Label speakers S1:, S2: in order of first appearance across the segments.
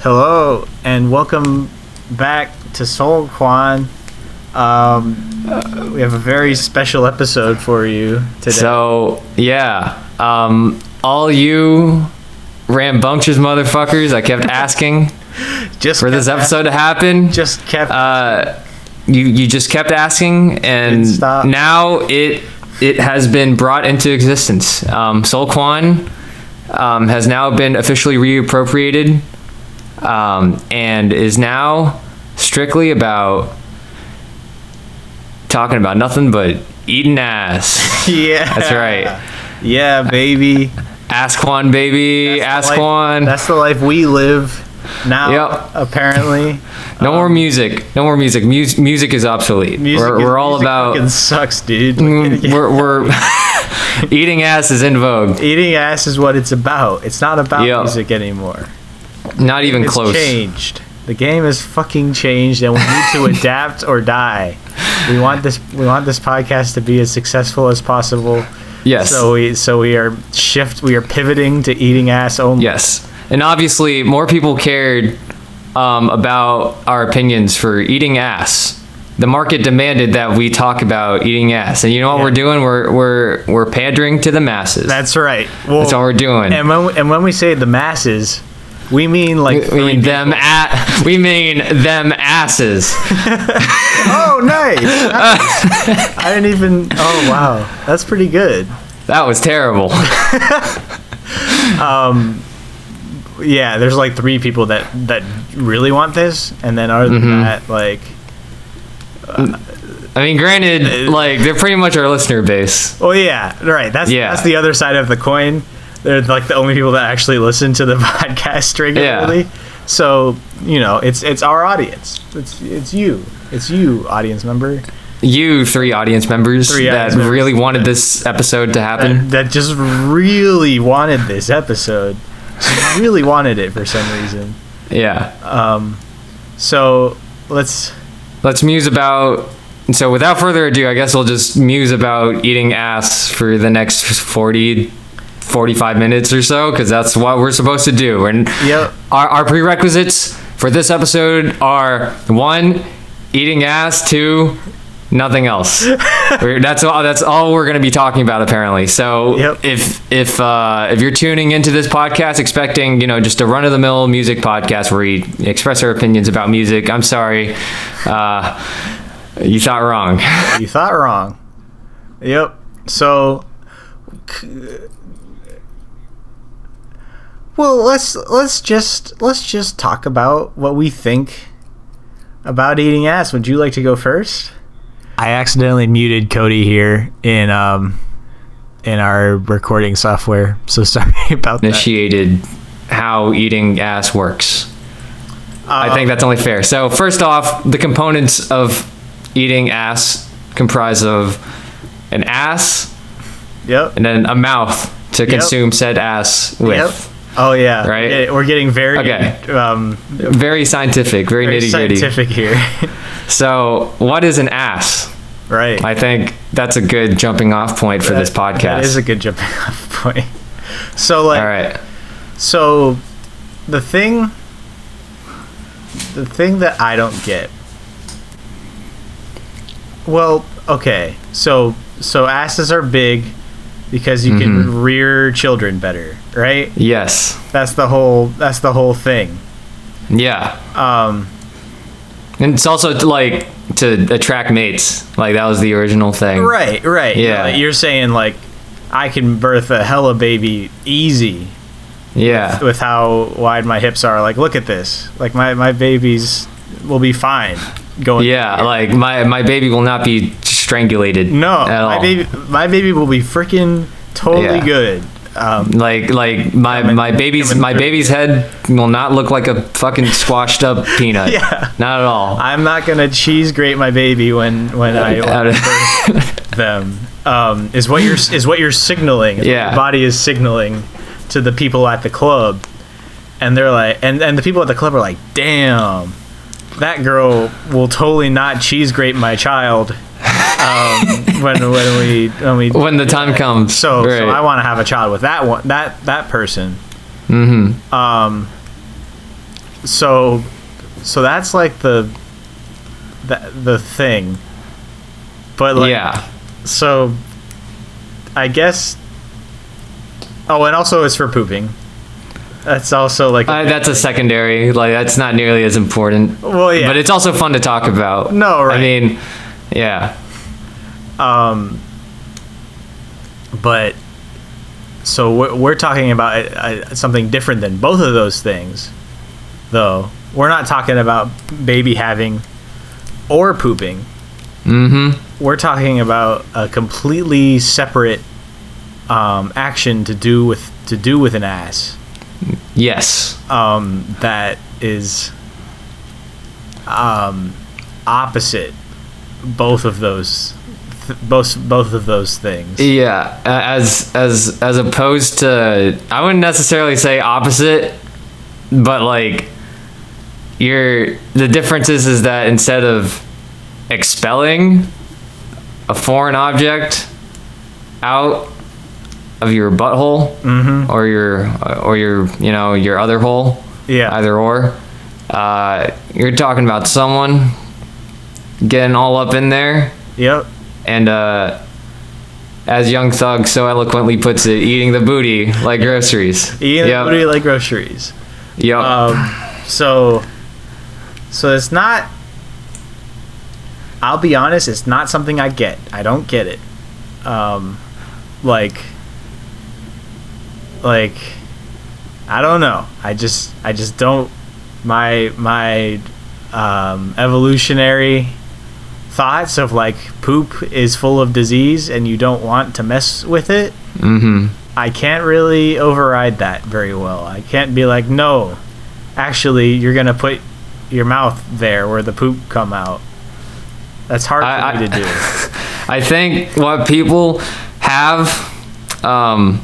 S1: Hello and welcome back to Soul Quan. Um, we have a very special episode for you today.
S2: So yeah, um, all you rambunctious motherfuckers, I kept asking
S1: just
S2: for
S1: kept
S2: this
S1: ask-
S2: episode to happen.
S1: just kept
S2: uh, you you just kept asking, and
S1: Didn't stop.
S2: now it it has been brought into existence. Um, Sol Kwan um, has now been officially reappropriated, um, and is now strictly about talking about nothing but eating ass.
S1: yeah.
S2: That's right.
S1: Yeah, baby.
S2: Asquan baby,
S1: That's the life-
S2: Asquan.
S1: That's the life we live now.
S2: Yep.
S1: Apparently,
S2: No more music. No more music. Mus- music is obsolete.
S1: um, music.
S2: we're
S1: is-
S2: we're all
S1: music
S2: about
S1: fucking sucks, dude.
S2: Mm, we're, we're eating ass is in vogue.
S1: Eating ass is what it's about. It's not about
S2: Yeah.
S1: music anymore.
S2: Not even
S1: It's
S2: close.
S1: changed. The game is fucking changed, and we need to adapt or die. We want this. We want this podcast to be as successful as possible.
S2: Yes.
S1: So we so we are shift. We are pivoting to eating ass only.
S2: Yes. And obviously, more people cared um, about our opinions for eating ass. The market demanded that we talk about eating ass, and you know what
S1: Yeah.
S2: we're doing? We're we're we're pandering to the masses.
S1: That's right. Well,
S2: That's all we're doing.
S1: And when we, and when we say the masses, we mean like
S2: we
S1: three
S2: mean them at. We mean them asses.
S1: Oh, nice. Nice. I didn't even. Oh, wow. That's pretty good.
S2: That was terrible.
S1: Yeah, there's like three people that that really want this, and then other than
S2: Mm-hmm.
S1: that, like
S2: I mean, granted, like they're pretty much our listener base.
S1: Oh yeah, right. That's
S2: Yeah.
S1: that's the other side of the coin. They're like the only people that actually listen to the podcast regularly. So you know, it's it's our audience. It's it's you. It's you, audience member,
S2: You three audience members
S1: Three
S2: that
S1: audience members.
S2: really wanted this episode to happen.
S1: that, that just really wanted this episode. Just really wanted it for some reason.
S2: Yeah.
S1: So let's.
S2: Let's muse about. So, without further ado, I guess we'll just muse about eating ass for the next 40, 45 minutes or so, because that's what we're supposed to do. And
S1: Yep.
S2: our, our prerequisites for this episode are one, eating ass, two, nothing else. We're- that's all. That's all we're going to be talking about, apparently. So,
S1: Yep.
S2: if if uh, if you're tuning into this podcast expecting you know just a run of the mill music podcast where we express our opinions about music, I'm sorry, uh, you thought wrong.
S1: You thought wrong. Yep. So, c- well, let's let's just let's just talk about what we think about eating ass. Would you like to go first? I accidentally muted Cody here in um in our recording software. So sorry about that.
S2: Initiated how eating ass works.
S1: Uh,
S2: I think that's only fair. So first off, the components of eating ass comprise of an ass
S1: Uh, Yep.
S2: and then a mouth to consume said ass with.
S1: Yep. Oh yeah.
S2: Right?
S1: Yeah, We're getting very
S2: Okay.
S1: um
S2: Very scientific, very,
S1: very
S2: nitty gritty.
S1: scientific here.
S2: So what is an ass?
S1: right.
S2: I think that's a good jumping off point for this
S1: That-
S2: podcast.
S1: That is a good jumping off point. So like
S2: All right.
S1: so the thing the thing that I don't get Well, okay. So so asses are big because you
S2: Mm-hmm.
S1: can rear children better, right?
S2: Yes.
S1: That's the whole that's the whole thing.
S2: Yeah. Um and it's also to, like to attract mates. Like that was the original thing.
S1: Right, right.
S2: Yeah.
S1: Like, you're saying like I can birth a hella baby easy
S2: Yeah.
S1: with how wide my hips are. Like, look at this. Like my my babies will be fine going.
S2: Yeah, like my my baby will not be strangulated.
S1: No,
S2: at all.
S1: my baby my baby will be freaking totally
S2: Yeah.
S1: good. Um,
S2: Like like my
S1: Coming-
S2: my baby's
S1: coming
S2: my
S1: through.
S2: baby's head will not look like a fucking squashed up peanut.
S1: Yeah.
S2: not at all.
S1: I'm not gonna cheese grate my baby when when I
S2: Out of-
S1: birth them. Um, is what you're is what you're signaling. is what
S2: Yeah.
S1: your body is signaling to the people at the club, and they're like, and and the people at the club are like, damn. That girl will totally not cheese grate my child um, when when we when we
S2: when the time comes.
S1: So,
S2: Right.
S1: so I want to have a child with that one, that that person. Mm-hmm. Um, so so that's like the the, the thing. But like
S2: yeah.
S1: so I guess Oh, and also it's for pooping. That's also like a
S2: Uh,
S1: bad
S2: that's a
S1: thing.
S2: secondary. Like that's not nearly as important.
S1: Well, yeah.
S2: But it's also fun to talk about.
S1: No, right.
S2: I mean, yeah.
S1: but so we're, we're talking about uh, uh, something different than both of those things though we're not talking about baby having or pooping mm-hmm.
S2: Mm-hmm.
S1: we're talking about a completely separate um, action to do with to do with an ass
S2: Yes.
S1: um, that is um, opposite both of those th- both both of those things
S2: Yeah, a- as as as opposed to I wouldn't necessarily say opposite, but like you're the difference is is that instead of expelling a foreign object out of your butthole or your or your you know your other hole,
S1: yeah
S2: either or, uh, you're talking about someone getting all up in there
S1: yep
S2: and uh, as Young Thug so eloquently puts it, eating the booty like groceries.
S1: Eating
S2: Yep.
S1: the booty E like uh, groceries. Um,
S2: Yep.
S1: So, so it's not. I'll be honest, it's not something I get. I don't get it. Um, like, like, I don't know. I just, I just don't. My my um, evolutionary thoughts of like poop is full of disease and you don't want to mess with it. Mm-hmm. I can't really override that very well. I can't be like, no, actually you're gonna put your mouth there where the poop come out. That's hard for
S2: I-
S1: me
S2: I-
S1: to do.
S2: I think what people have, um,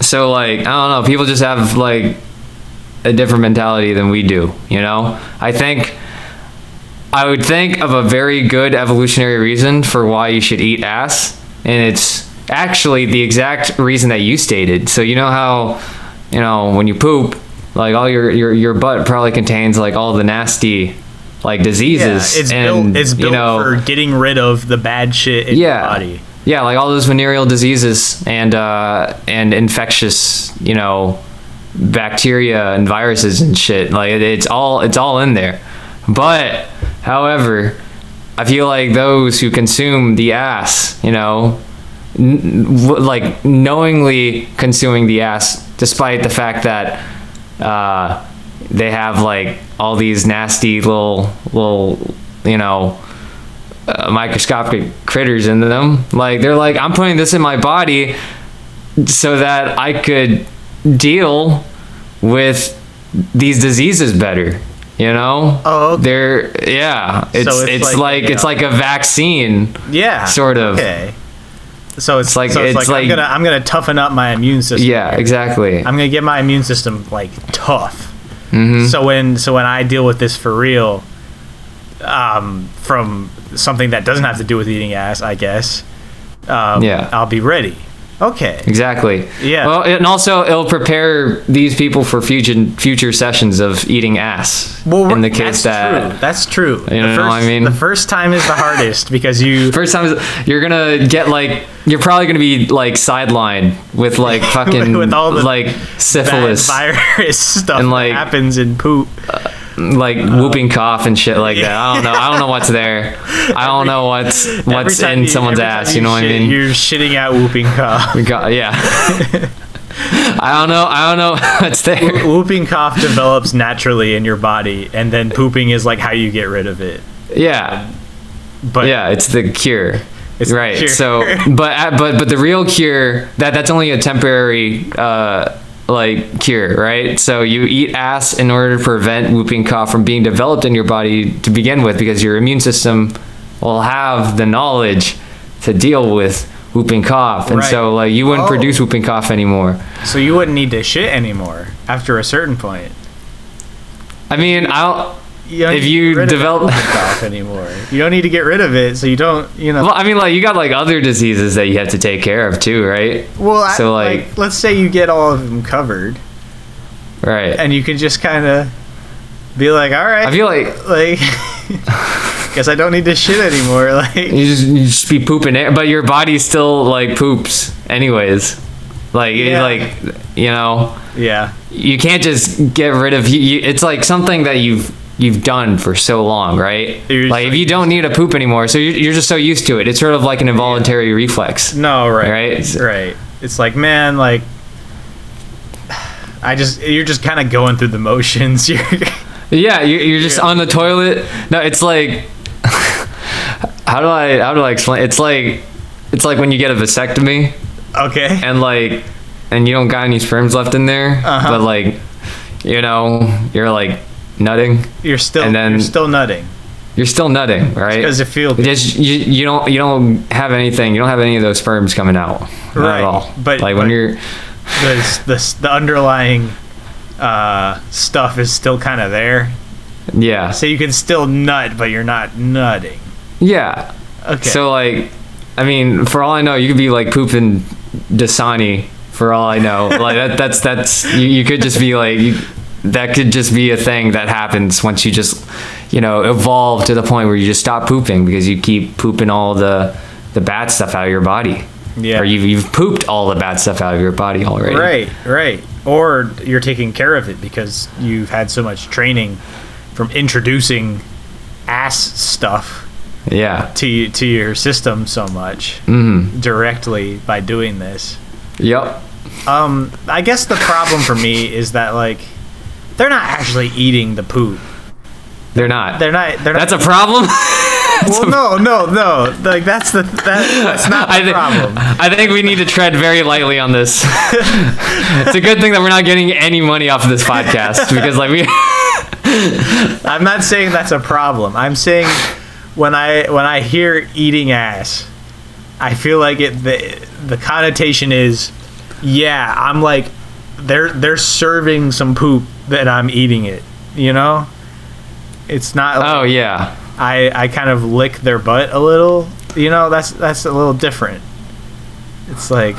S2: so like I don't know, people just have like a different mentality than we do. You know, I think. I would think of a very good evolutionary reason for why you should eat ass, and it's actually the exact reason that you stated. So you know how, you know, when you poop, like all your your, your butt probably contains like all the nasty, like
S1: Yeah,
S2: diseases.
S1: it's
S2: and,
S1: built. It's built
S2: you know,
S1: for getting rid of the bad shit in
S2: yeah.
S1: your body.
S2: Yeah, like all those venereal diseases and uh, and infectious, you know, bacteria and viruses and shit. Like it, it's all it's all in there. But however, I feel like those who consume the ass, you know, n- w- like knowingly consuming the ass, despite the fact that uh, they have like all these nasty little little, you know, uh, microscopic critters in them. Like they're like, I'm putting this in my body so that I could deal with these diseases better. You know?
S1: Oh, okay.
S2: They're yeah. It's
S1: it's
S2: it's,
S1: like-
S2: like, it's
S1: yeah.
S2: like a vaccine.
S1: Yeah,
S2: Sort of.
S1: Okay. So it's,
S2: like-
S1: like so it's,
S2: it's
S1: like, I'm
S2: like-
S1: gonna I'm gonna toughen up my immune system.
S2: Yeah, exactly.
S1: I'm gonna get my immune system like tough.
S2: Mm-hmm.
S1: So when so when I deal with this for real, um, from something that doesn't have to do with eating ass, I guess. Um,
S2: Yeah.
S1: I'll be ready. Okay.
S2: Exactly.
S1: Yeah.
S2: Well, and also it'll prepare these people for future future sessions of eating ass.
S1: Well,
S2: in the
S1: that's
S2: case that
S1: true. that's true. You the
S2: know
S1: first,
S2: what I mean?
S1: the first time is the hardest because you
S2: first time you're gonna get like you're probably gonna be like sidelined with like fucking
S1: With all the
S2: like
S1: bad
S2: syphilis,
S1: virus stuff
S2: And,
S1: that
S2: like-
S1: happens in poop.
S2: like whooping
S1: Oh.
S2: cough and shit like that. I don't know. I don't know what's there. I don't know what's
S1: Every
S2: what's
S1: time
S2: in
S1: you-
S2: someone's
S1: every time
S2: ass. You know what I
S1: shit,
S2: mean?
S1: You're shitting out whooping cough.
S2: We got yeah. I don't know. I don't know what's there.
S1: whooping cough develops naturally in your body, and then pooping is like how you get rid of it.
S2: Yeah.
S1: But
S2: yeah it's the cure
S1: It's the
S2: right
S1: cure.
S2: so but uh, but but the real cure that that's only a temporary uh like cure right so you eat ass in order to prevent whooping cough from being developed in your body to begin with because your immune system will have the knowledge to deal with whooping cough and so
S1: Right.
S2: like you wouldn't
S1: Oh.
S2: produce whooping cough anymore
S1: so you wouldn't need to shit anymore after a certain point.
S2: i mean i'll
S1: You don't
S2: If
S1: need to
S2: you
S1: get rid of
S2: develop-
S1: whooping cough anymore, you don't need to get rid of it. So you don't, you know.
S2: well, I mean, like you got like other diseases that you have to take care of too, right?
S1: Well,
S2: so
S1: I,
S2: like,
S1: like, let's say you get all of them covered,
S2: right?
S1: and you can just kind of be like, all right.
S2: I feel like
S1: like guess I don't need this shit anymore. Like
S2: you just, you just be pooping air, but your body still like poops anyways. Like it-
S1: Yeah.
S2: like you know,
S1: yeah.
S2: you can't just get rid of you, you. It's like something that you've you've done for so long, right?
S1: You're just
S2: like if
S1: like
S2: you don't need a poop anymore, so you're, you're just so used to it. It's sort of like an involuntary reflex.
S1: No, right.
S2: Right?
S1: Right. It's like, man, like I just you're just kind of going through the motions. You're
S2: Yeah, you're, you're just on the toilet. No, it's like how do I how do I explain? It's like it's like when you get a vasectomy
S1: okay.
S2: and like and you don't got any sperms left in there,
S1: Uh-huh.
S2: but like you know you're like nutting.
S1: You're still
S2: and then-
S1: you're still nutting
S2: You're still nutting, right?
S1: because you feel
S2: It just you, you don't you don't have anything. You don't have any of those sperms coming out not
S1: Right,
S2: at all.
S1: but-
S2: like when
S1: but-
S2: you're
S1: the the, the underlying uh, stuff is still kind of there.
S2: yeah
S1: So you can still nut, but you're not nutting.
S2: yeah.
S1: Okay.
S2: So like, I mean, for all I know, you could be like pooping Dasani. For all I know, like that that's that's you, you could just be like you, that could just be a thing that happens once you just you know evolve to the point where you just stop pooping because you keep pooping all the the bad stuff out of your body.
S1: Yeah.
S2: Or you've, you've pooped all the bad stuff out of your body already.
S1: Right, right. Or you're taking care of it because you've had so much training from introducing ass stuff
S2: Yeah.
S1: to you, to your system so much
S2: Mm-hmm.
S1: directly by doing this.
S2: Yep.
S1: Um, I guess the problem for me is that like they're not actually eating the poop.
S2: They're not.
S1: They're not. They're
S2: That's a
S1: not.
S2: problem.
S1: well, no, no, no. Like that's the that, that's not the
S2: I, thi-
S1: problem.
S2: I think we need to tread very lightly on this. it's a good thing that we're not getting any money off of this podcast because, like, we.
S1: I'm not saying that's a problem. I'm saying when I when I hear eating ass, I feel like it the the connotation is yeah, I'm like they're they're serving some poop that I'm eating it, you know? It's not like
S2: Oh yeah,
S1: I I kind of lick their butt a little, you know, that's that's a little different. It's like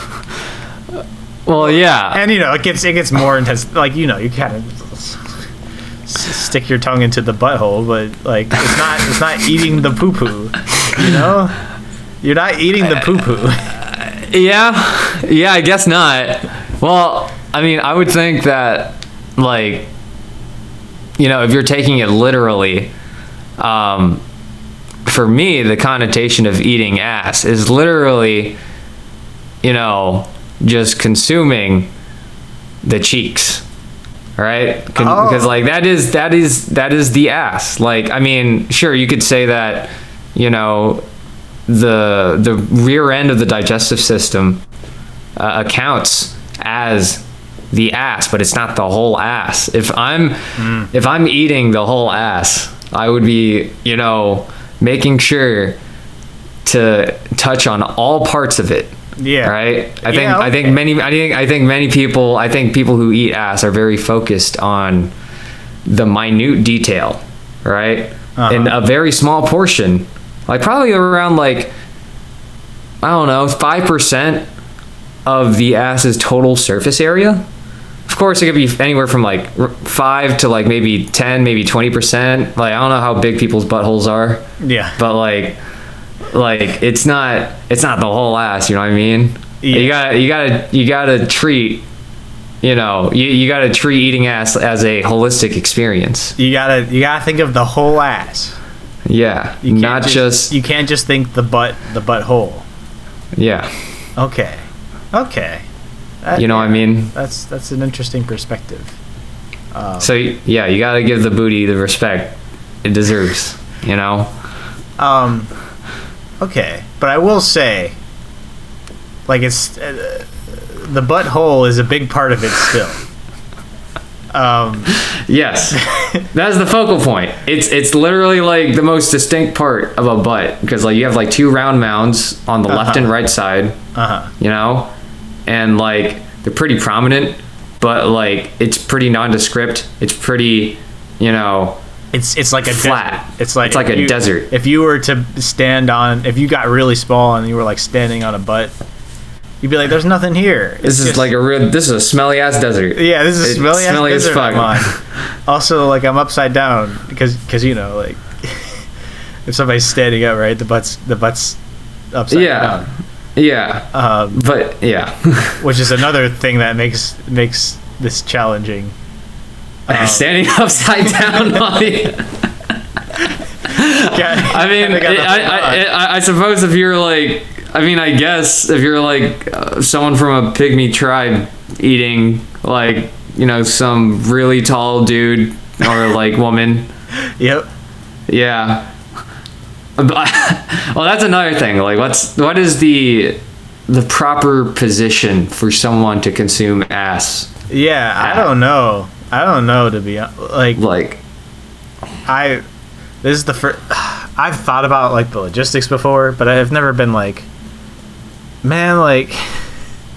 S2: well yeah,
S1: and you know, it gets it gets more intense. Like you know, you kind of s- stick your tongue into the butthole, but like it's not it's not eating the poo poo. You know, you're not eating the poo poo.
S2: yeah, yeah. I guess not. Well, I mean, I would think that, like, you know, if you're taking it literally, um, for me, the connotation of eating ass is literally, you know, just consuming the cheeks, right? Con-
S1: Oh.
S2: Because like that is that is that is the ass. Like, I mean, sure, you could say that, you know, the the rear end of the digestive system uh, accounts as the ass, but it's not the whole ass. If I'm
S1: Hmm.
S2: if I'm eating the whole ass, I would be, you know, making sure to touch on all parts of it.
S1: Yeah.
S2: Right? I think
S1: Yeah,
S2: I think
S1: okay.
S2: many I think I think many people I think people who eat ass are very focused on the minute detail, right? And a very small portion, like probably around like I don't know, five percent of the ass's total surface area. Of course, it could be anywhere from like r- five to like maybe ten, maybe twenty percent. Like I don't know how big people's buttholes are,
S1: Yeah,
S2: but like, like it's not it's not the whole ass. You know what I mean?
S1: Yeah.
S2: You gotta you gotta you gotta treat, you know, you, you gotta treat eating ass as a holistic experience.
S1: you gotta you gotta think of the whole ass.
S2: Yeah,
S1: You can't
S2: not just,
S1: you can't just think the butt the butthole.
S2: yeah.
S1: Okay, okay. That-
S2: You know what I mean?
S1: That's that's an interesting perspective. Oh.
S2: So yeah, you gotta give the booty the respect it deserves. You know?
S1: Um, okay, but I will say, like it's uh, the butthole is a big part of it still. Um,
S2: Yes, that's the focal point. It's it's literally like the most distinct part of a butt because like you have like two round mounds on the
S1: Uh-huh.
S2: left and right side,
S1: uh huh.
S2: you know, and like they're pretty prominent, but like it's pretty nondescript. It's pretty, you know,
S1: It's it's like a
S2: Flat.
S1: desert. It's like
S2: It's like
S1: if
S2: a
S1: you-
S2: desert.
S1: If you were to stand on, if you got really small and you were like standing on a butt, You'd be like, "There's nothing here." It's
S2: This is
S1: just-
S2: like a real. This is a smelly ass desert.
S1: yeah, this is
S2: It's
S1: smelly,
S2: smelly
S1: as
S2: as
S1: fuck.
S2: fuck.
S1: Also, like I'm upside down because because you know like if somebody's standing up, right, the butt's the butt's upside
S2: Yeah. Yeah.
S1: down, um,
S2: But yeah,
S1: which is another thing that makes makes this challenging. um,
S2: standing upside down. Like, I mean,
S1: Kinda
S2: it,
S1: got the
S2: I,
S1: thought.
S2: I, I, I suppose if you're like, I mean, I guess if you're like uh, someone from a pygmy tribe eating like you know some really tall dude or like woman,
S1: yep.
S2: yeah. But- well, that's another thing. Like, what's what is the the proper position for someone to consume ass?
S1: Yeah, I
S2: Yeah.
S1: don't know. I don't know to be hon- like
S2: Like,
S1: I this is the first I've thought about like the logistics before, but I've never been like man like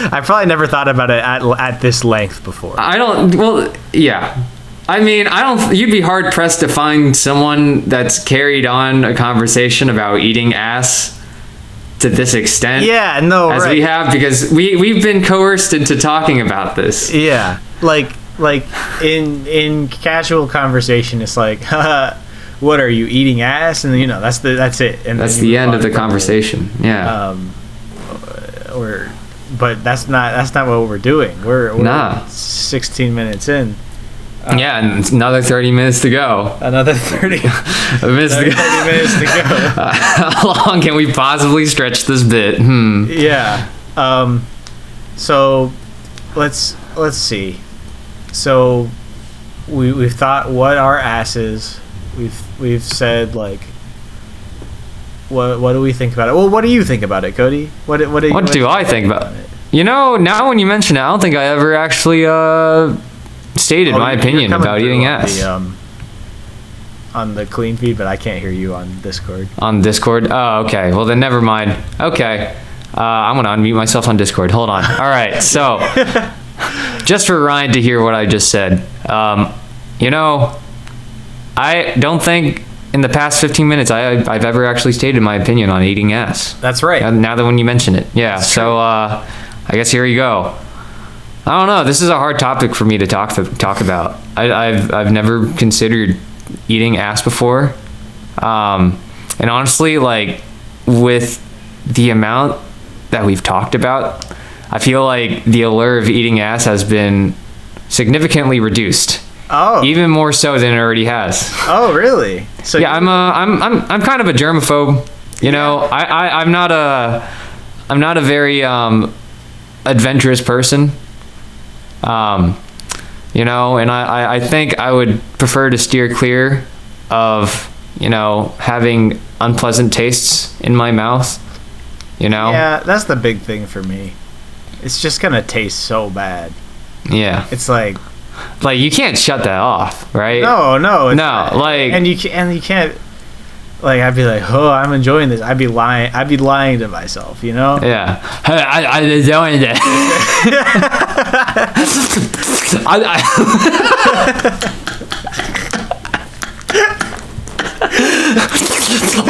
S1: I probably never thought about it at at this length before.
S2: I don't. Well, yeah. I mean, I don't. You'd be hard pressed to find someone that's carried on a conversation about eating ass to this extent.
S1: yeah, no,
S2: As
S1: right.
S2: we have, because we we've been coerced into talking about this.
S1: yeah. Like like in in casual conversation it's like what are you eating ass and then, you know that's the that's it and
S2: That's
S1: then you
S2: the
S1: move
S2: end
S1: on
S2: of the
S1: from there.
S2: conversation. Yeah.
S1: um, or but that's not that's not what we're doing. We're, we're
S2: Nah.
S1: 16 minutes in.
S2: yeah, and it's another thirty minutes to go.
S1: Another 30,
S2: A minutes to
S1: another
S2: go.
S1: 30 minutes to go.
S2: How long can we possibly stretch this bit? Hmm.
S1: Yeah. Um, so let's let's see. So we we've thought what our ass is. We've we've said like what what do we think about it? Well, what do you think about it, Cody? What do- what do you,
S2: What do I think about? You know, now when you mention it, I don't think I ever actually uh, stated
S1: Oh,
S2: my
S1: you're- you're
S2: opinion
S1: coming
S2: about
S1: through
S2: eating
S1: on
S2: ass
S1: The, um, on the clean feed, but I can't hear you on Discord.
S2: on Discord. Oh, okay. Well, then never mind. Okay. Uh, I'm going to unmute myself on Discord. Hold on. All right. So, just for Ryan to hear what I just said, um, you know, I don't think in the past 15 minutes I, I've ever actually stated my opinion on eating ass.
S1: That's right.
S2: Uh, Now that when you mention it, yeah. so uh, I guess here you go. I don't know. This is a hard topic for me to talk talk about. I, I've I've never considered eating ass before, um, and honestly, like with the amount that we've talked about, I feel like the allure of eating ass has been significantly reduced,
S1: oh,
S2: even more so than it already has
S1: oh, really? So
S2: yeah, I'm a, I'm, I'm, I'm kind of a germaphobe. You know, I, I, I'm not a, I'm not a very um, adventurous person. Um, you know, and I, I, I think I would prefer to steer clear of, you know, having unpleasant tastes in my mouth. You know.
S1: yeah, that's the big thing for me. It's just gonna taste so bad.
S2: Yeah.
S1: It's like
S2: Like you can't shut that off, right?
S1: no, no, it's
S2: No, like-
S1: and you can, and you can't. Like I'd be like, oh, I'm enjoying this. I'd be lying. I'd be lying to myself, you know.
S2: Yeah. Hey, I, I was doing that. I, I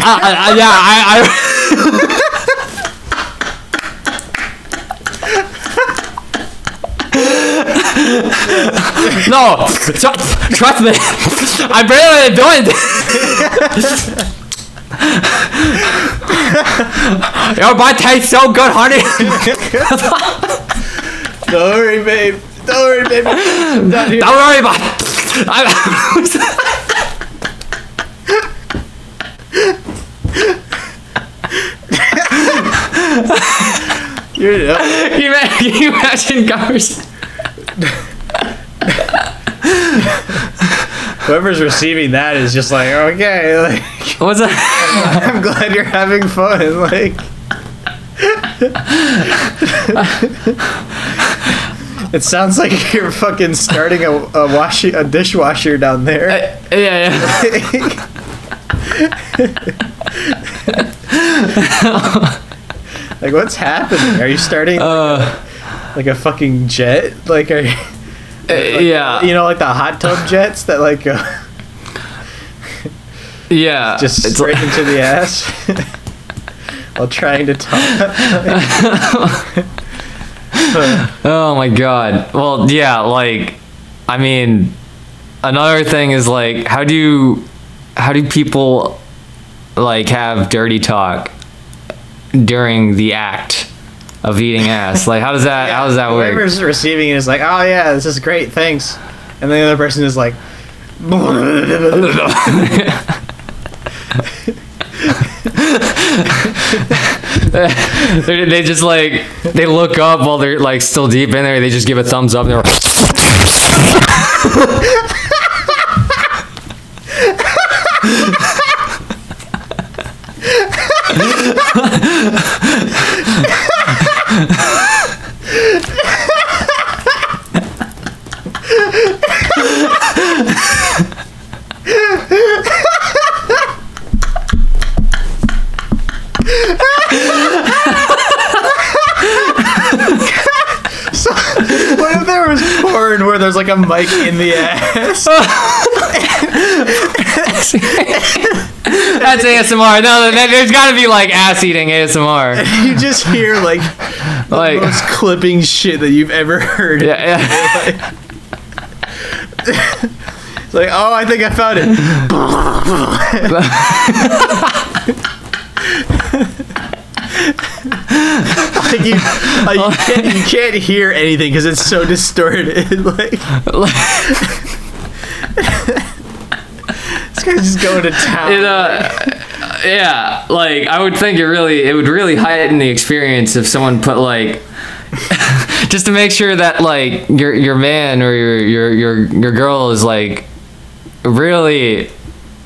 S2: I, I, I- yeah, I, I. no, tr- trust me, I barely doing this. Your bite tastes so good, honey.
S1: Don't worry, babe. Don't worry, babe. I'm down here.
S2: Don't worry about it. I,
S1: You're uh, up.
S2: can, you imagine, can you imagine cars?
S1: Whoever's receiving that is just like, okay, like,
S2: What's that?
S1: I'm glad you're having fun. Like, it sounds like you're fucking starting a, a washing a dishwasher down there.
S2: yeah, yeah.
S1: like, what's happening? Are you starting
S2: Uh,
S1: like a fucking jet? Like, are you,
S2: yeah.
S1: you know, like the hot tub jets that like uh, go
S2: yeah.
S1: just
S2: It's
S1: straight
S2: like-
S1: into the ass? while trying to talk.
S2: Oh my god. Well, yeah, like I mean another thing is like how do how do people like have dirty talk during the act of eating ass? like how does that how does that work?
S1: Whoever's receiving it is like, oh yeah, this is great, thanks. And the other person is like,
S2: They they just like they look up while they're like still deep in there, they just give a thumbs up and they're
S1: so, what if there was porn where there's like a mic in the ass?
S2: That's ASMR. No, no, there's got to be like ass eating ASMR.
S1: You just hear like the
S2: Like-
S1: most clipping shit that you've ever heard.
S2: Yeah, yeah.
S1: It's like, oh, I think I found it. like you, like you, can't, you can't hear anything because it's so distorted. like this guy's just going to town.
S2: it, uh, yeah, like I would think it really, it would really heighten the experience if someone put like, just to make sure that like your your man or your your your your girl is like really,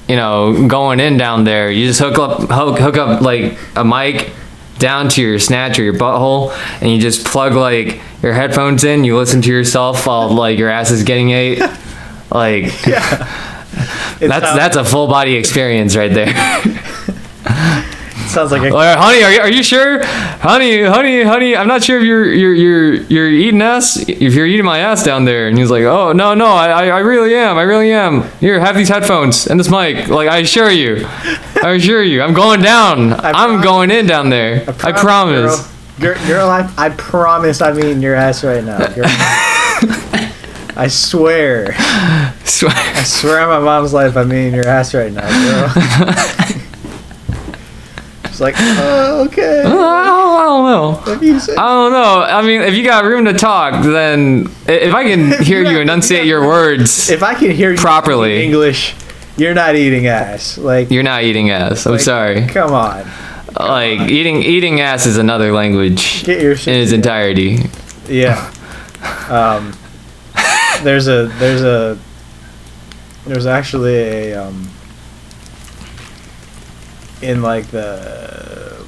S2: you know, going in down there. You just hook up hook hook up like a mic down to your snatch or your butthole, and you just plug like your headphones in. You listen to yourself while like your ass is getting ate. Like
S1: it
S2: that's
S1: sounds,
S2: that's a full body experience right there.
S1: sounds like a,
S2: Like, uh, honey, are you, are you sure? Honey, honey, honey, I'm not sure if you're you're you're you're eating ass if you're eating my ass down there. And he's like, oh no no, I I, I really am, I really am. Here, have these headphones and this mic. Like I assure you, I assure you, I'm going down. I'm
S1: prom-
S2: going in down there. I promise.
S1: Girl, girl, girl I, I promise I'm eating your ass right now. Girl. I swear. I swear on my mom's life, I'm eating your ass right now, girl. She's like, oh, okay.
S2: I don't, I don't know.
S1: If you say-
S2: I don't know. I mean, if you got room to talk, then i- if I can hear you enunciate your words,
S1: If I can hear you
S2: Properly.
S1: speak English, you're not eating ass. Like,
S2: you're not eating ass. I'm
S1: like,
S2: sorry.
S1: Come on.
S2: like eating eating ass is another language
S1: Get your
S2: in
S1: shit.
S2: its entirety.
S1: Yeah. Um, there's a there's a there's actually a um, in like the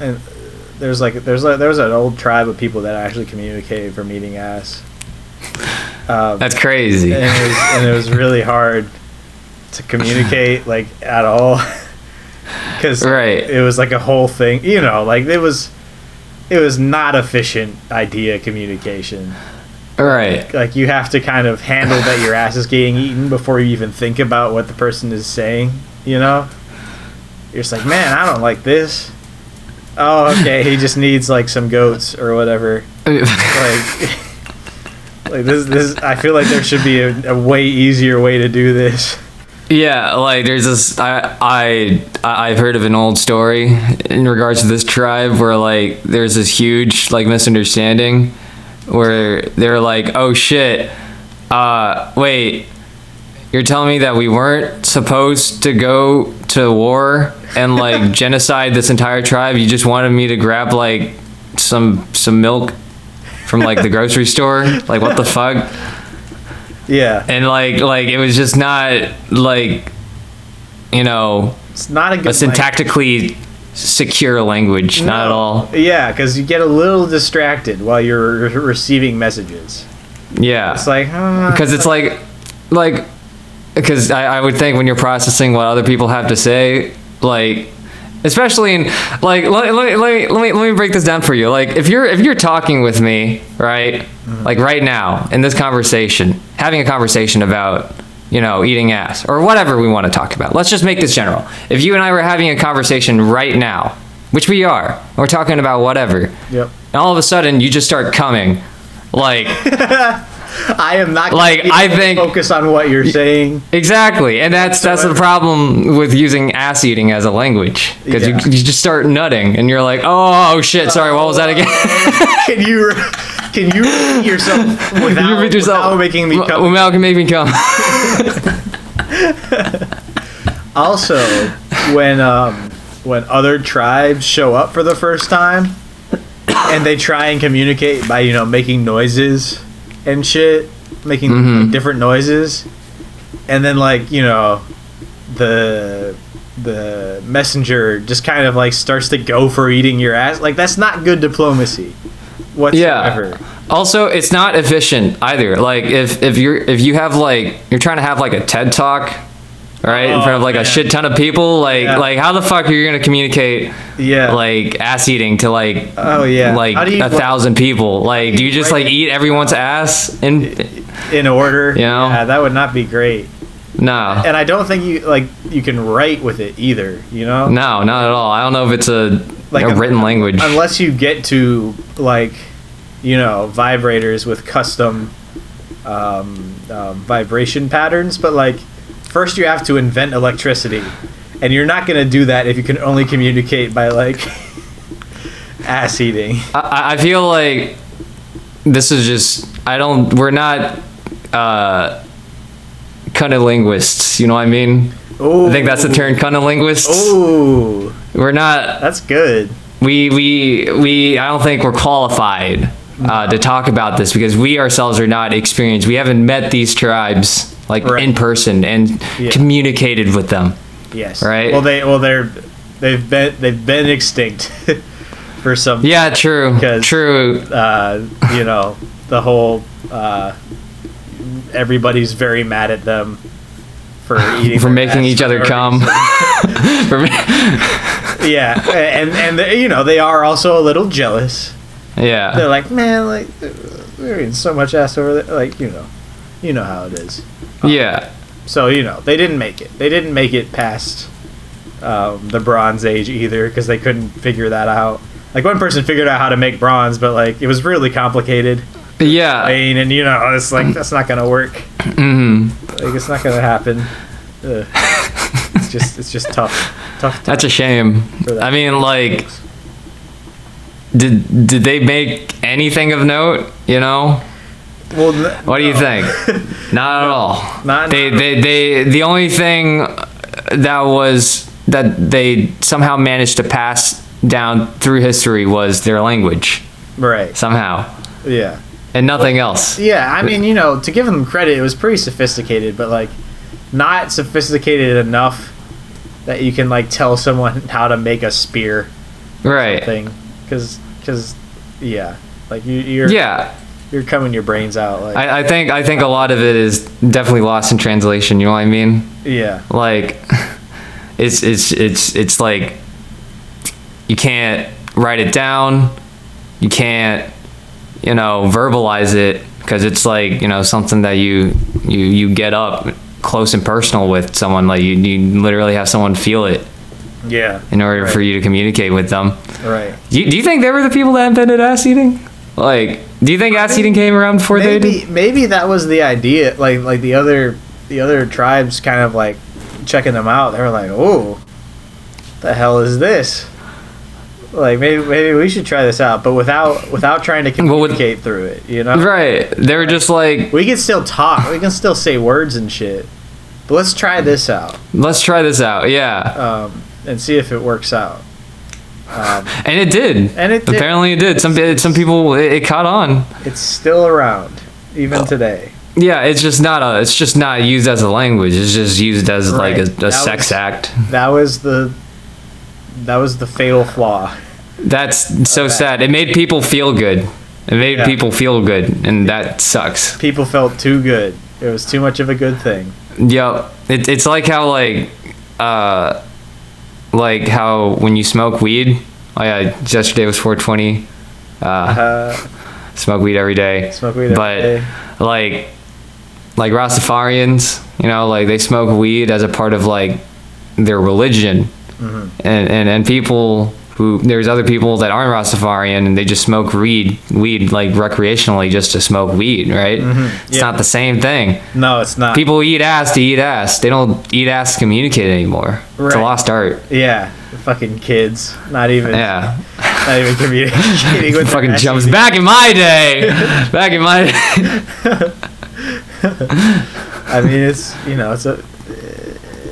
S1: and uh, there's like there's like there's an old tribe of people that actually communicated from eating ass. Um,
S2: That's crazy.
S1: and it, was, and it was really hard to communicate like at all because
S2: Right.
S1: it was like a whole thing you know like it was it was not efficient idea communication
S2: All right.
S1: like you have to kind of handle that your ass is getting eaten before you even think about what the person is saying you know you're just like man i don't like this oh okay he just needs like some goats or whatever like like this this I feel like there should be a, a way easier way to do this.
S2: yeah, like there's this I I I- I've heard of an old story in regards to this tribe where like there's this huge like misunderstanding where they're like, "Oh shit. Uh wait. You're telling me that we weren't supposed to go to war and like genocide this entire tribe. You just wanted me to grab like some some milk from like the grocery store. Like what the fuck?
S1: Yeah,
S2: And like like it was just not like you know
S1: it's not a good
S2: a syntactically secure language. Not at all.
S1: language. Yeah, because you get a little distracted while you're re- receiving messages.
S2: Yeah.
S1: It's like ah, huh,
S2: because it's like like because I, I would think when you're processing what other people have to say like especially in like let, let, me- let, me, let me let me break this down for you like if you're if you're talking with me right like right now in this conversation having a conversation about you know, eating ass or whatever we want to talk about. Let's just make this general. If you and I were having a conversation right now, which we are, we're talking about whatever,
S1: Yep.
S2: and all of a sudden you just start coming, like
S1: I am not gonna
S2: Like,
S1: be
S2: I
S1: able to
S2: think-
S1: focus on what you're saying.
S2: exactly, and that's that's the problem with using ass eating as a language because
S1: Yeah.
S2: you, you just start nutting and you're like, oh shit, sorry, what was that again?
S1: Can you can you repeat yourself without,
S2: You repeat yourself.
S1: without making me
S2: Well,
S1: come?
S2: well, Malcolm made me come.
S1: Also, when um, when other tribes show up for the first time and they try and communicate by you know making noises and shit, making
S2: Mm-hmm.
S1: like, different noises, and then like you know the the messenger just kind of like starts to go for eating your ass. Like that's not good diplomacy whatsoever.
S2: Also, it's not efficient either. Like if if you're if you have like you're trying to have like a TED talk, right, in
S1: Oh,
S2: front of like
S1: man.
S2: a shit ton of people, like
S1: Yeah.
S2: like how the fuck are you gonna communicate
S1: Yeah.
S2: like ass eating to like
S1: Oh, yeah.
S2: like
S1: How do you,
S2: a
S1: like-
S2: thousand people? Like do you just like eat everyone's ass? And
S1: in order.
S2: You know?
S1: Yeah, that would not be great.
S2: no,
S1: And I don't think you like you can write with it either. You know,
S2: no, not at all. I don't know if it's a
S1: Like
S2: a
S1: a-
S2: written language.
S1: unless you get to like, you know, vibrators with custom um, um, vibration patterns. But like, first you have to invent electricity, and you're not gonna do that if you can only communicate by like ass eating.
S2: I, I feel like this is just I don't we're not uh cunnilinguists, you know what I mean?
S1: Ooh.
S2: I think that's the term cunnilinguists.
S1: Ooh,
S2: We're not
S1: that's good.
S2: we we we I don't think we're qualified uh, to talk about this because we ourselves are not experienced. We haven't met these tribes like
S1: Right.
S2: in person and
S1: Yeah.
S2: communicated with them.
S1: Yes.
S2: Right?
S1: Well, they well they're they've been they've been extinct for some.
S2: Yeah, true.
S1: 'Cause-
S2: True.
S1: Uh, you know the whole uh, everybody's very mad at them for eating
S2: For
S1: their
S2: making
S1: ass
S2: each
S1: for
S2: other
S1: no
S2: come. For me-
S1: reason. Yeah, and and they- you know they are also a little jealous.
S2: yeah.
S1: They're like, man, like we're eating so much ass over there. Like you know, you know how it is.
S2: yeah.
S1: So you know they didn't make it. They didn't make it past um, the Bronze Age either because they couldn't figure that out. Like one person figured out how to make bronze, but like it was really complicated.
S2: Yeah.
S1: I mean, and you know it's like
S2: Mm.
S1: that's not gonna work. Mm-hmm. Like it's not gonna happen. Ugh. it's just it's just tough, tough.
S2: That's a shame.
S1: For that.
S2: I mean, like, did did they make anything of note? You know,
S1: Well, n-
S2: what do you
S1: no.
S2: think? Not at all.
S1: Not-
S2: they, they they the only thing that was that they somehow managed to pass down through history was their language
S1: Right.
S2: somehow,
S1: Yeah.
S2: and nothing else.
S1: Yeah. I mean, you know, to give them credit, it was pretty sophisticated, but like not sophisticated enough that you can like tell someone how to make a spear.
S2: Right.
S1: thing because because yeah like you, you're
S2: Yeah.
S1: you're coming your brains out like
S2: I, I think I think a lot of it is definitely lost in translation. You know what I mean?
S1: yeah
S2: like it's it's it's it's like you can't write it down you can't you know verbalize it because it's like you know something that you you you get up close and personal with someone like you, you literally have someone feel it
S1: yeah
S2: in order
S1: right,
S2: for you to communicate with them
S1: right
S2: do you, do you think they were the people that invented ass eating like do you think ass eating came around before they did
S1: maybe maybe that was the idea like like the other the other tribes kind of like checking them out they were like oh the hell is this like maybe maybe we should try this out but without without trying to
S2: Well, with-
S1: communicate through it you know
S2: right they were just like
S1: we can still talk we can still say words and shit but let's try
S2: Mm-hmm.
S1: this out
S2: let's try this out yeah
S1: um, and see if it works out um,
S2: And it did.
S1: And it did.
S2: apparently it did. Some it- some people it, it caught on.
S1: It's still around, even
S2: Oh.
S1: today.
S2: Yeah, it's just not a. It's just not used as a language. It's just used as
S1: Right.
S2: like a, a
S1: That
S2: sex
S1: was-
S2: act.
S1: That was the that was the fatal flaw.
S2: That's so sad. It made people feel good. It made
S1: Yeah.
S2: people feel good, and that sucks.
S1: People felt too good. It was too much of a good thing.
S2: Yep. It, it's like how like, uh, like how when you smoke weed. Oh yeah, yesterday was 420.
S1: Uh,
S2: Smoke weed every day.
S1: Smoke weed every
S2: but
S1: day.
S2: like, like Rastafarians. You know, like they smoke weed as a part of like their religion,
S1: Mm-hmm.
S2: and, and and people who there's other people that aren't Rastafarian and they just smoke weed weed like recreationally just to smoke weed, right? It's
S1: Mm-hmm. Yeah.
S2: not the same thing.
S1: No, it's not.
S2: People who eat ass to eat ass. They don't eat ass to communicate anymore. It's a
S1: Right.
S2: lost art.
S1: yeah, the fucking kids. Not even.
S2: Yeah.
S1: Not even communicating with. their
S2: fucking
S1: ass
S2: jumps
S1: eating.
S2: back in my day. back in my day.
S1: I mean, it's you know, it's a.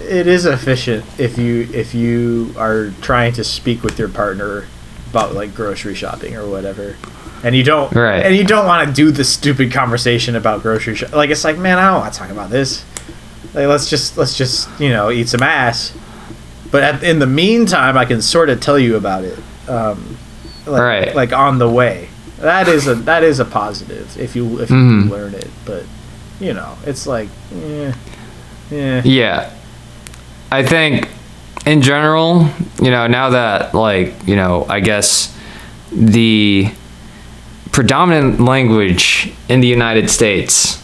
S1: It is efficient if you if you are trying to speak with your partner about like grocery shopping or whatever, and you don't
S2: Right.
S1: and you don't want to do the stupid conversation about grocery shop. Like it's like, man, I don't want to talk about this. Like let's just let's just you know eat some ass. But at, in the meantime, I can sort of tell you about it. Um, like,
S2: Right.
S1: Like on the way. That is a that is a positive if you if you
S2: Mm-hmm.
S1: learn it. But you know, it's like, eh, yeah, yeah,
S2: Yeah. I think in general, you know, now that like, you know, I guess the predominant language in the United States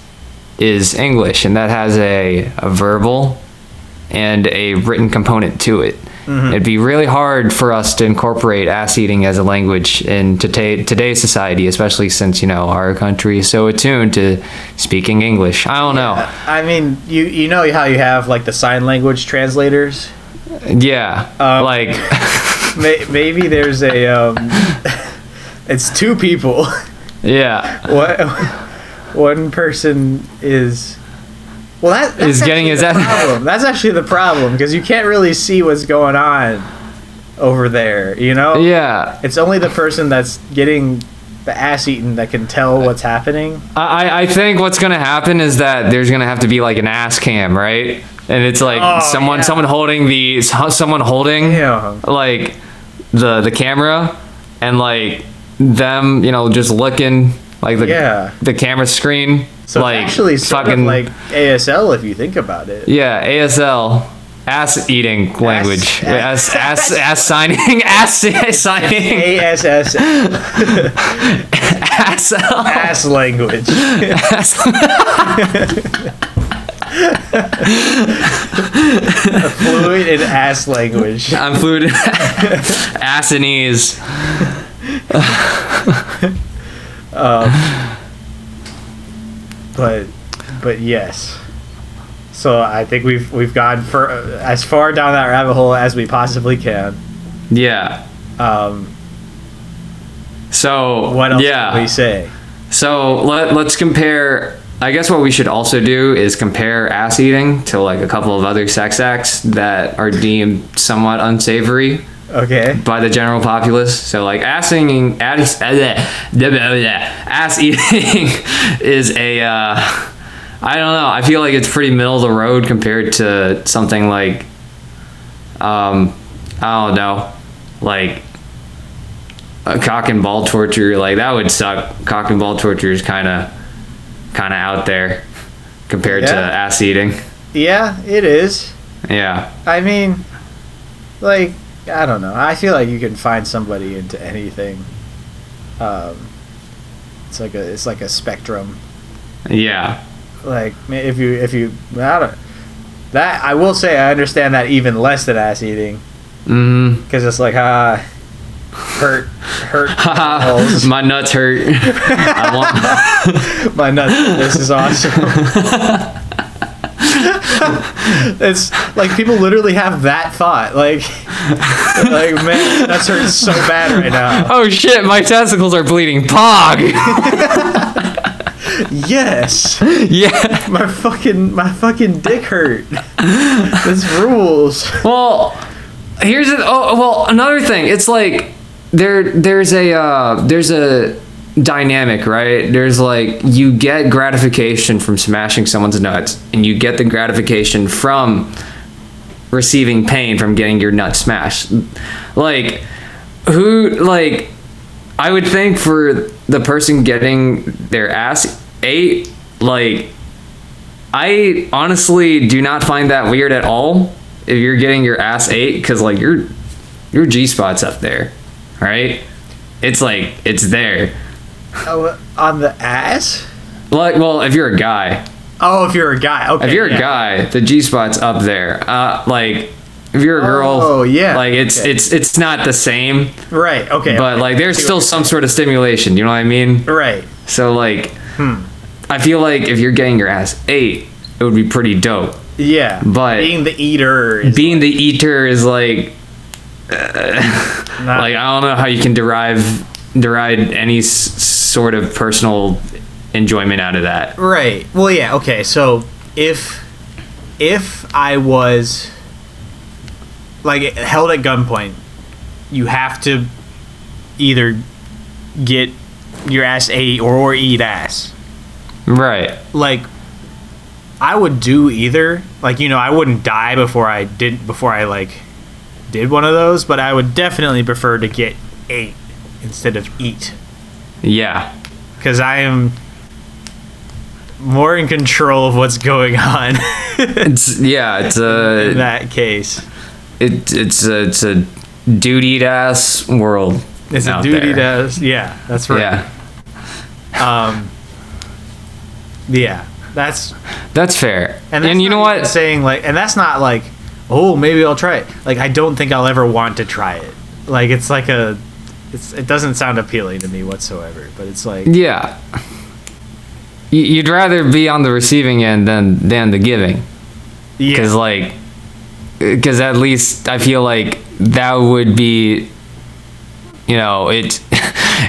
S2: is English and that has a, a verbal and a written component to it. It'd be really hard for us to incorporate ass eating as a language in today, today's society, especially since, you know, our country is so attuned to speaking English. I don't know.
S1: I mean, you you know how you have like the sign language translators.
S2: Yeah. like,
S1: May, maybe there's a um, it's two people.
S2: yeah.
S1: What one person is. Well, that that's
S2: Is getting
S1: actually
S2: his
S1: the
S2: ass-
S1: problem. That's actually the problem because you can't really see what's going on over there. You know.
S2: Yeah.
S1: It's only the person that's getting the ass eaten that can tell what's happening.
S2: I, I- I think what's going to happen is that there's going to have to be like an ass cam, right? And it's like
S1: Oh,
S2: someone
S1: yeah.
S2: someone holding the so- someone holding
S1: Damn.
S2: like the the camera and like them, you know, just looking like the
S1: Yeah.
S2: the camera screen
S1: So
S2: like
S1: it's actually sort
S2: fucking
S1: of like ASL if you think about it.
S2: yeah, ASL ass eating language. Ass ass ass signing ass signing
S1: ASS
S2: ass
S1: ass language. Fluid in ass language.
S2: I'm fluid in ass and ease.
S1: But but yes. So I think we've we've gone for as far down that rabbit hole as we possibly can.
S2: Yeah.
S1: Um,
S2: So
S1: what else
S2: yeah.
S1: can we say?
S2: So let, let's compare. I guess what we should also do is compare ass eating to like a couple of other sex acts that are deemed somewhat unsavory
S1: Okay.
S2: by the general populace. So like ass eating, ass, ass eating is a. Uh, I don't know. I feel like it's pretty middle of the road compared to something like, um, I don't know, like a cock and ball torture. Like that would suck. Cock and ball torture is kind of, kind of out there compared to
S1: Yeah.
S2: ass eating.
S1: Yeah, it is.
S2: Yeah.
S1: I mean, like, I don't know. I feel like you can find somebody into anything. Um, it's like a it's like a spectrum.
S2: Yeah.
S1: Like ma- if you if you I don't that I will say I understand that even less than ass eating
S2: Mm.
S1: because it's like ah hurt hurt balls.
S2: My nuts hurt. I want.
S1: my nuts. This is awesome. it's like people literally have that thought. Like, like man, that's hurts so bad right now.
S2: Oh shit, my testicles are bleeding. Pog!
S1: Yes,
S2: yeah.
S1: my fucking my fucking dick hurt. This rules.
S2: Well, here's a, oh well another thing. It's like there there's a uh, there's a dynamic, right? There's like you get gratification from smashing someone's nuts, and you get the gratification from receiving pain from getting your nut smashed. Like who like I would think for the person getting their ass ate, like I honestly do not find that weird at all if you're getting your ass ate because like your your G spot's up there, right? It's like it's there.
S1: Oh, on the ass.
S2: Like, well, if you're a guy,
S1: Oh, if you're a guy, okay.
S2: If you're
S1: yeah.
S2: a guy, the G spot's up there. Uh, like if you're a girl,
S1: Oh, yeah.
S2: like it's
S1: Okay.
S2: it's it's not the same,
S1: right? Okay,
S2: but
S1: okay.
S2: like there's still some sort of stimulation. You know what I mean?
S1: right.
S2: So like,
S1: Hmm.
S2: I feel like if you're getting your ass ate, it would be pretty dope.
S1: Yeah,
S2: But-
S1: being the eater is
S2: Being the eater is like
S1: not
S2: like I don't know how you can derive derive any s- sort of personal enjoyment out of that.
S1: Right. Well, yeah. Okay. So if if I was like held at gunpoint, you have to either get your ass ate or, or eat ass.
S2: Right.
S1: Like I would do either. Like you know, I wouldn't die before I did before I like did one of those, but I would definitely prefer to get ate instead of eat
S2: Yeah.
S1: because I am more in control of what's going on in
S2: It's yeah. It's a
S1: that case.
S2: it, it's a, it's a duty ass world.
S1: It's a
S2: out
S1: duty
S2: there.
S1: to, yeah, that's right.
S2: Yeah,
S1: Yeah, that's
S2: that's fair.
S1: that's
S2: And,
S1: not
S2: you know
S1: even
S2: what?
S1: Saying like, and that's not like, oh, maybe I'll try it. Like, I don't think I'll ever want to try it. Like, it's like a, it's it doesn't sound appealing to me whatsoever. But it's like,
S2: yeah. Y- You'd rather be on the receiving end than than the giving, because
S1: yeah,
S2: like, because at least I feel like that would be, you know, it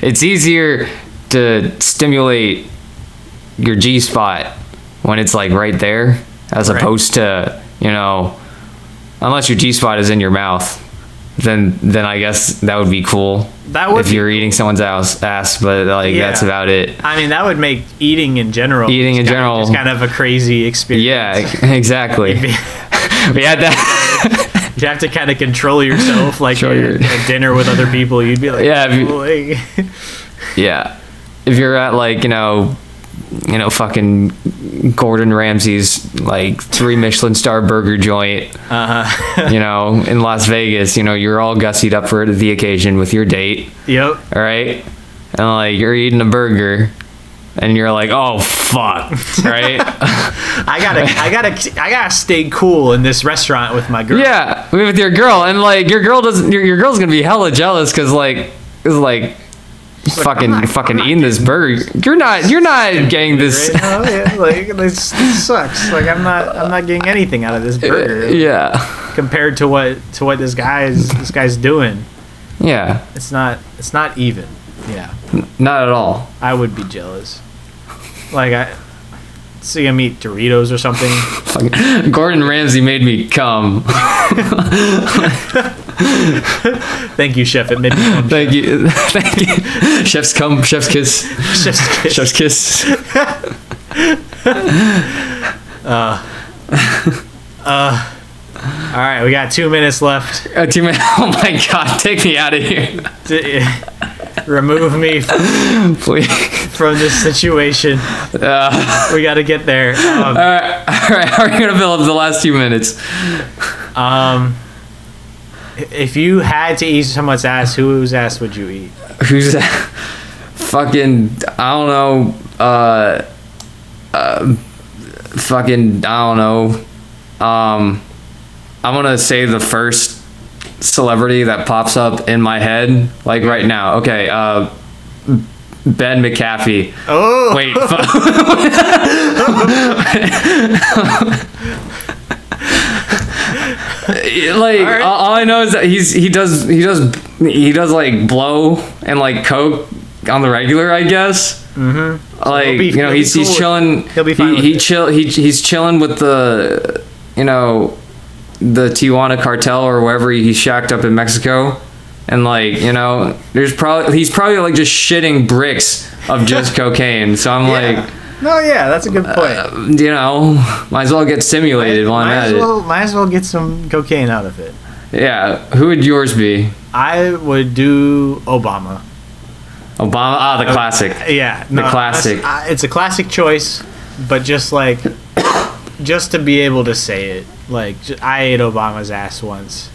S2: it's easier to stimulate your G spot when it's like right there, as
S1: Right.
S2: opposed to you know, unless your G spot is in your mouth, then then I guess that would be cool.
S1: That would
S2: if
S1: be
S2: you're eating someone's ass, ass but like
S1: Yeah.
S2: that's about it.
S1: I mean, that would make eating in general,
S2: Eating in
S1: just kind
S2: general.
S1: of, just kind of a crazy experience.
S2: Yeah, exactly. we had that.
S1: you have to kind of control yourself like
S2: Sure,
S1: you're
S2: you're-
S1: at dinner with other people you'd be like
S2: Yeah, if you-
S1: "Oh, like-"
S2: Yeah. If you're at like, you know, you know, fucking Gordon Ramsay's like three Michelin star burger joint, uh-huh. you know, in Las Vegas, you know, you're all gussied up for the occasion with your date,
S1: yep
S2: all right? And like you're eating a burger and you're like, "Oh fuck." Right?
S1: i gotta i gotta i gotta stay cool in this restaurant with my girl
S2: yeah, with your girl and like your girl doesn't your, your girl's going to be hella jealous cuz like is like fucking
S1: not- I'm
S2: fucking
S1: not
S2: eating this burger. You're not you're not getting this
S1: Right? Oh, yeah, like this, this sucks. Like I'm not, I'm not getting anything out of this burger
S2: Yeah.
S1: compared to what to what this guy is, this guy's doing.
S2: Yeah.
S1: It's not, it's not even. Yeah,
S2: Not at all.
S1: I would be jealous. Like I see him eat Doritos or something.
S2: Fucking- Gordon Ramsay made me come.
S1: Thank you, chef. It made me come.
S2: Thank you. Thank you. Chef's come. Chef's kiss.
S1: Just kidding.
S2: Chef's kiss.
S1: All right, we got two minutes left.
S2: Uh, two minutes. Oh my god. Take me out of here.
S1: D- remove me f-
S2: Please.
S1: from this situation. we got to get there. Um,
S2: All right. All right. How are you going to fill up the last few minutes?
S1: Um, if you had to eat someone's ass, whose ass would you eat?
S2: Who's that? Fucking. I don't know. Uh. uh fucking. I don't know. Um. I'm going to say the first celebrity that pops up in my head, like right now. Okay. Uh. Ben McAfee.
S1: Oh,
S2: Wait, fu- like
S1: right.
S2: all, all I know is that he's he does he does he does like blow and like coke on the regular, I guess. Mm-hmm. Like
S1: be-
S2: you know
S1: he'll be
S2: he's
S1: cool
S2: he's
S1: with-
S2: chilling.
S1: he'll be fine
S2: He,
S1: with
S2: he
S1: it.
S2: chill. He, he's chilling with the you know the Tijuana cartel or wherever he's shacked up in Mexico. And like you know, there's probably he's probably like just shitting bricks of just cocaine. So I'm like, uh,
S1: no, yeah, that's a good point.
S2: you know, might as well get stimulated while I'm
S1: might
S2: at
S1: as
S2: it.
S1: well, might as well get some cocaine out of it.
S2: Yeah, who would yours be?
S1: I would do Obama. Uh,
S2: Obama, ah, the classic.
S1: Yeah, no, that's-
S2: classic.
S1: I- it's a classic choice, but just like, just to be able to say it, like j- I ate Obama's ass once,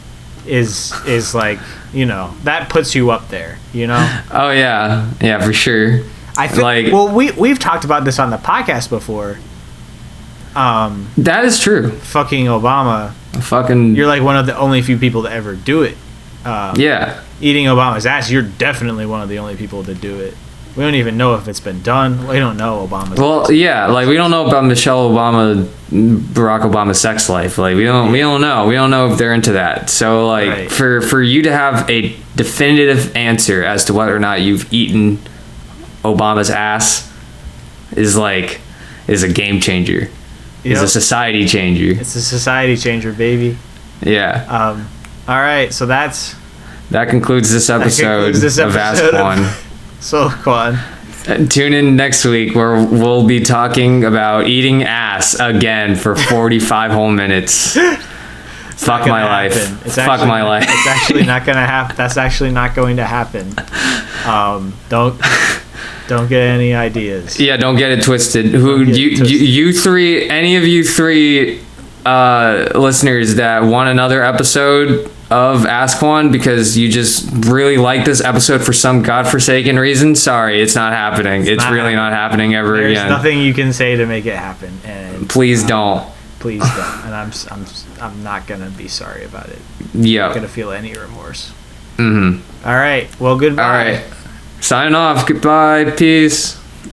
S1: is is like you know that puts you up there. You know,
S2: Oh yeah, yeah for sure.
S1: I feel
S2: Like-
S1: well we we've talked about this on the podcast before, um,
S2: That is true.
S1: fucking Obama,
S2: Fucking
S1: you're like one of the only few people to ever do it. Um,
S2: yeah.
S1: Eating Obama's ass, you're definitely one of the only people to do it. We don't even know if it's been done. We don't know Obama's.
S2: Well, yeah, like we don't know about Michelle Obama, Barack Obama's sex life. Like we don't, we don't know. We don't know if they're into that. So like
S1: Right.
S2: for for you to have a definitive answer as to whether or not you've eaten Obama's ass is like is a game changer. Is a
S1: Yep.
S2: society changer.
S1: it's a society changer, baby.
S2: Yeah.
S1: Um, all right, so that's
S2: That concludes this episode,
S1: concludes this episode
S2: of
S1: of-
S2: Ask
S1: Solquan.
S2: One. Tune in next week where we'll be talking about eating ass again for 45 whole minutes.
S1: Not
S2: Fuck my
S1: gonna
S2: life.
S1: happen. It's
S2: Fuck
S1: actually-
S2: my life.
S1: It's actually not gonna happen. That's actually not going to happen. Um, don't don't get any ideas.
S2: Yeah, don't get it twisted. Who
S1: Don't get
S2: you,
S1: it twisted.
S2: you you three any of you three uh, listeners that want another episode of Ask One because you just really like this episode for some godforsaken reason. Sorry, it's not happening. It's,
S1: not
S2: really
S1: happening.
S2: not happening ever
S1: There's
S2: again.
S1: nothing you can say to make it happen, and
S2: Please don't.
S1: please don't. And I'm s- I'm s- I'm not gonna be sorry about it.
S2: Yeah.
S1: Not gonna feel any remorse. Mm-hmm. All right. Well, goodbye.
S2: All right. Sign off. Goodbye. Peace.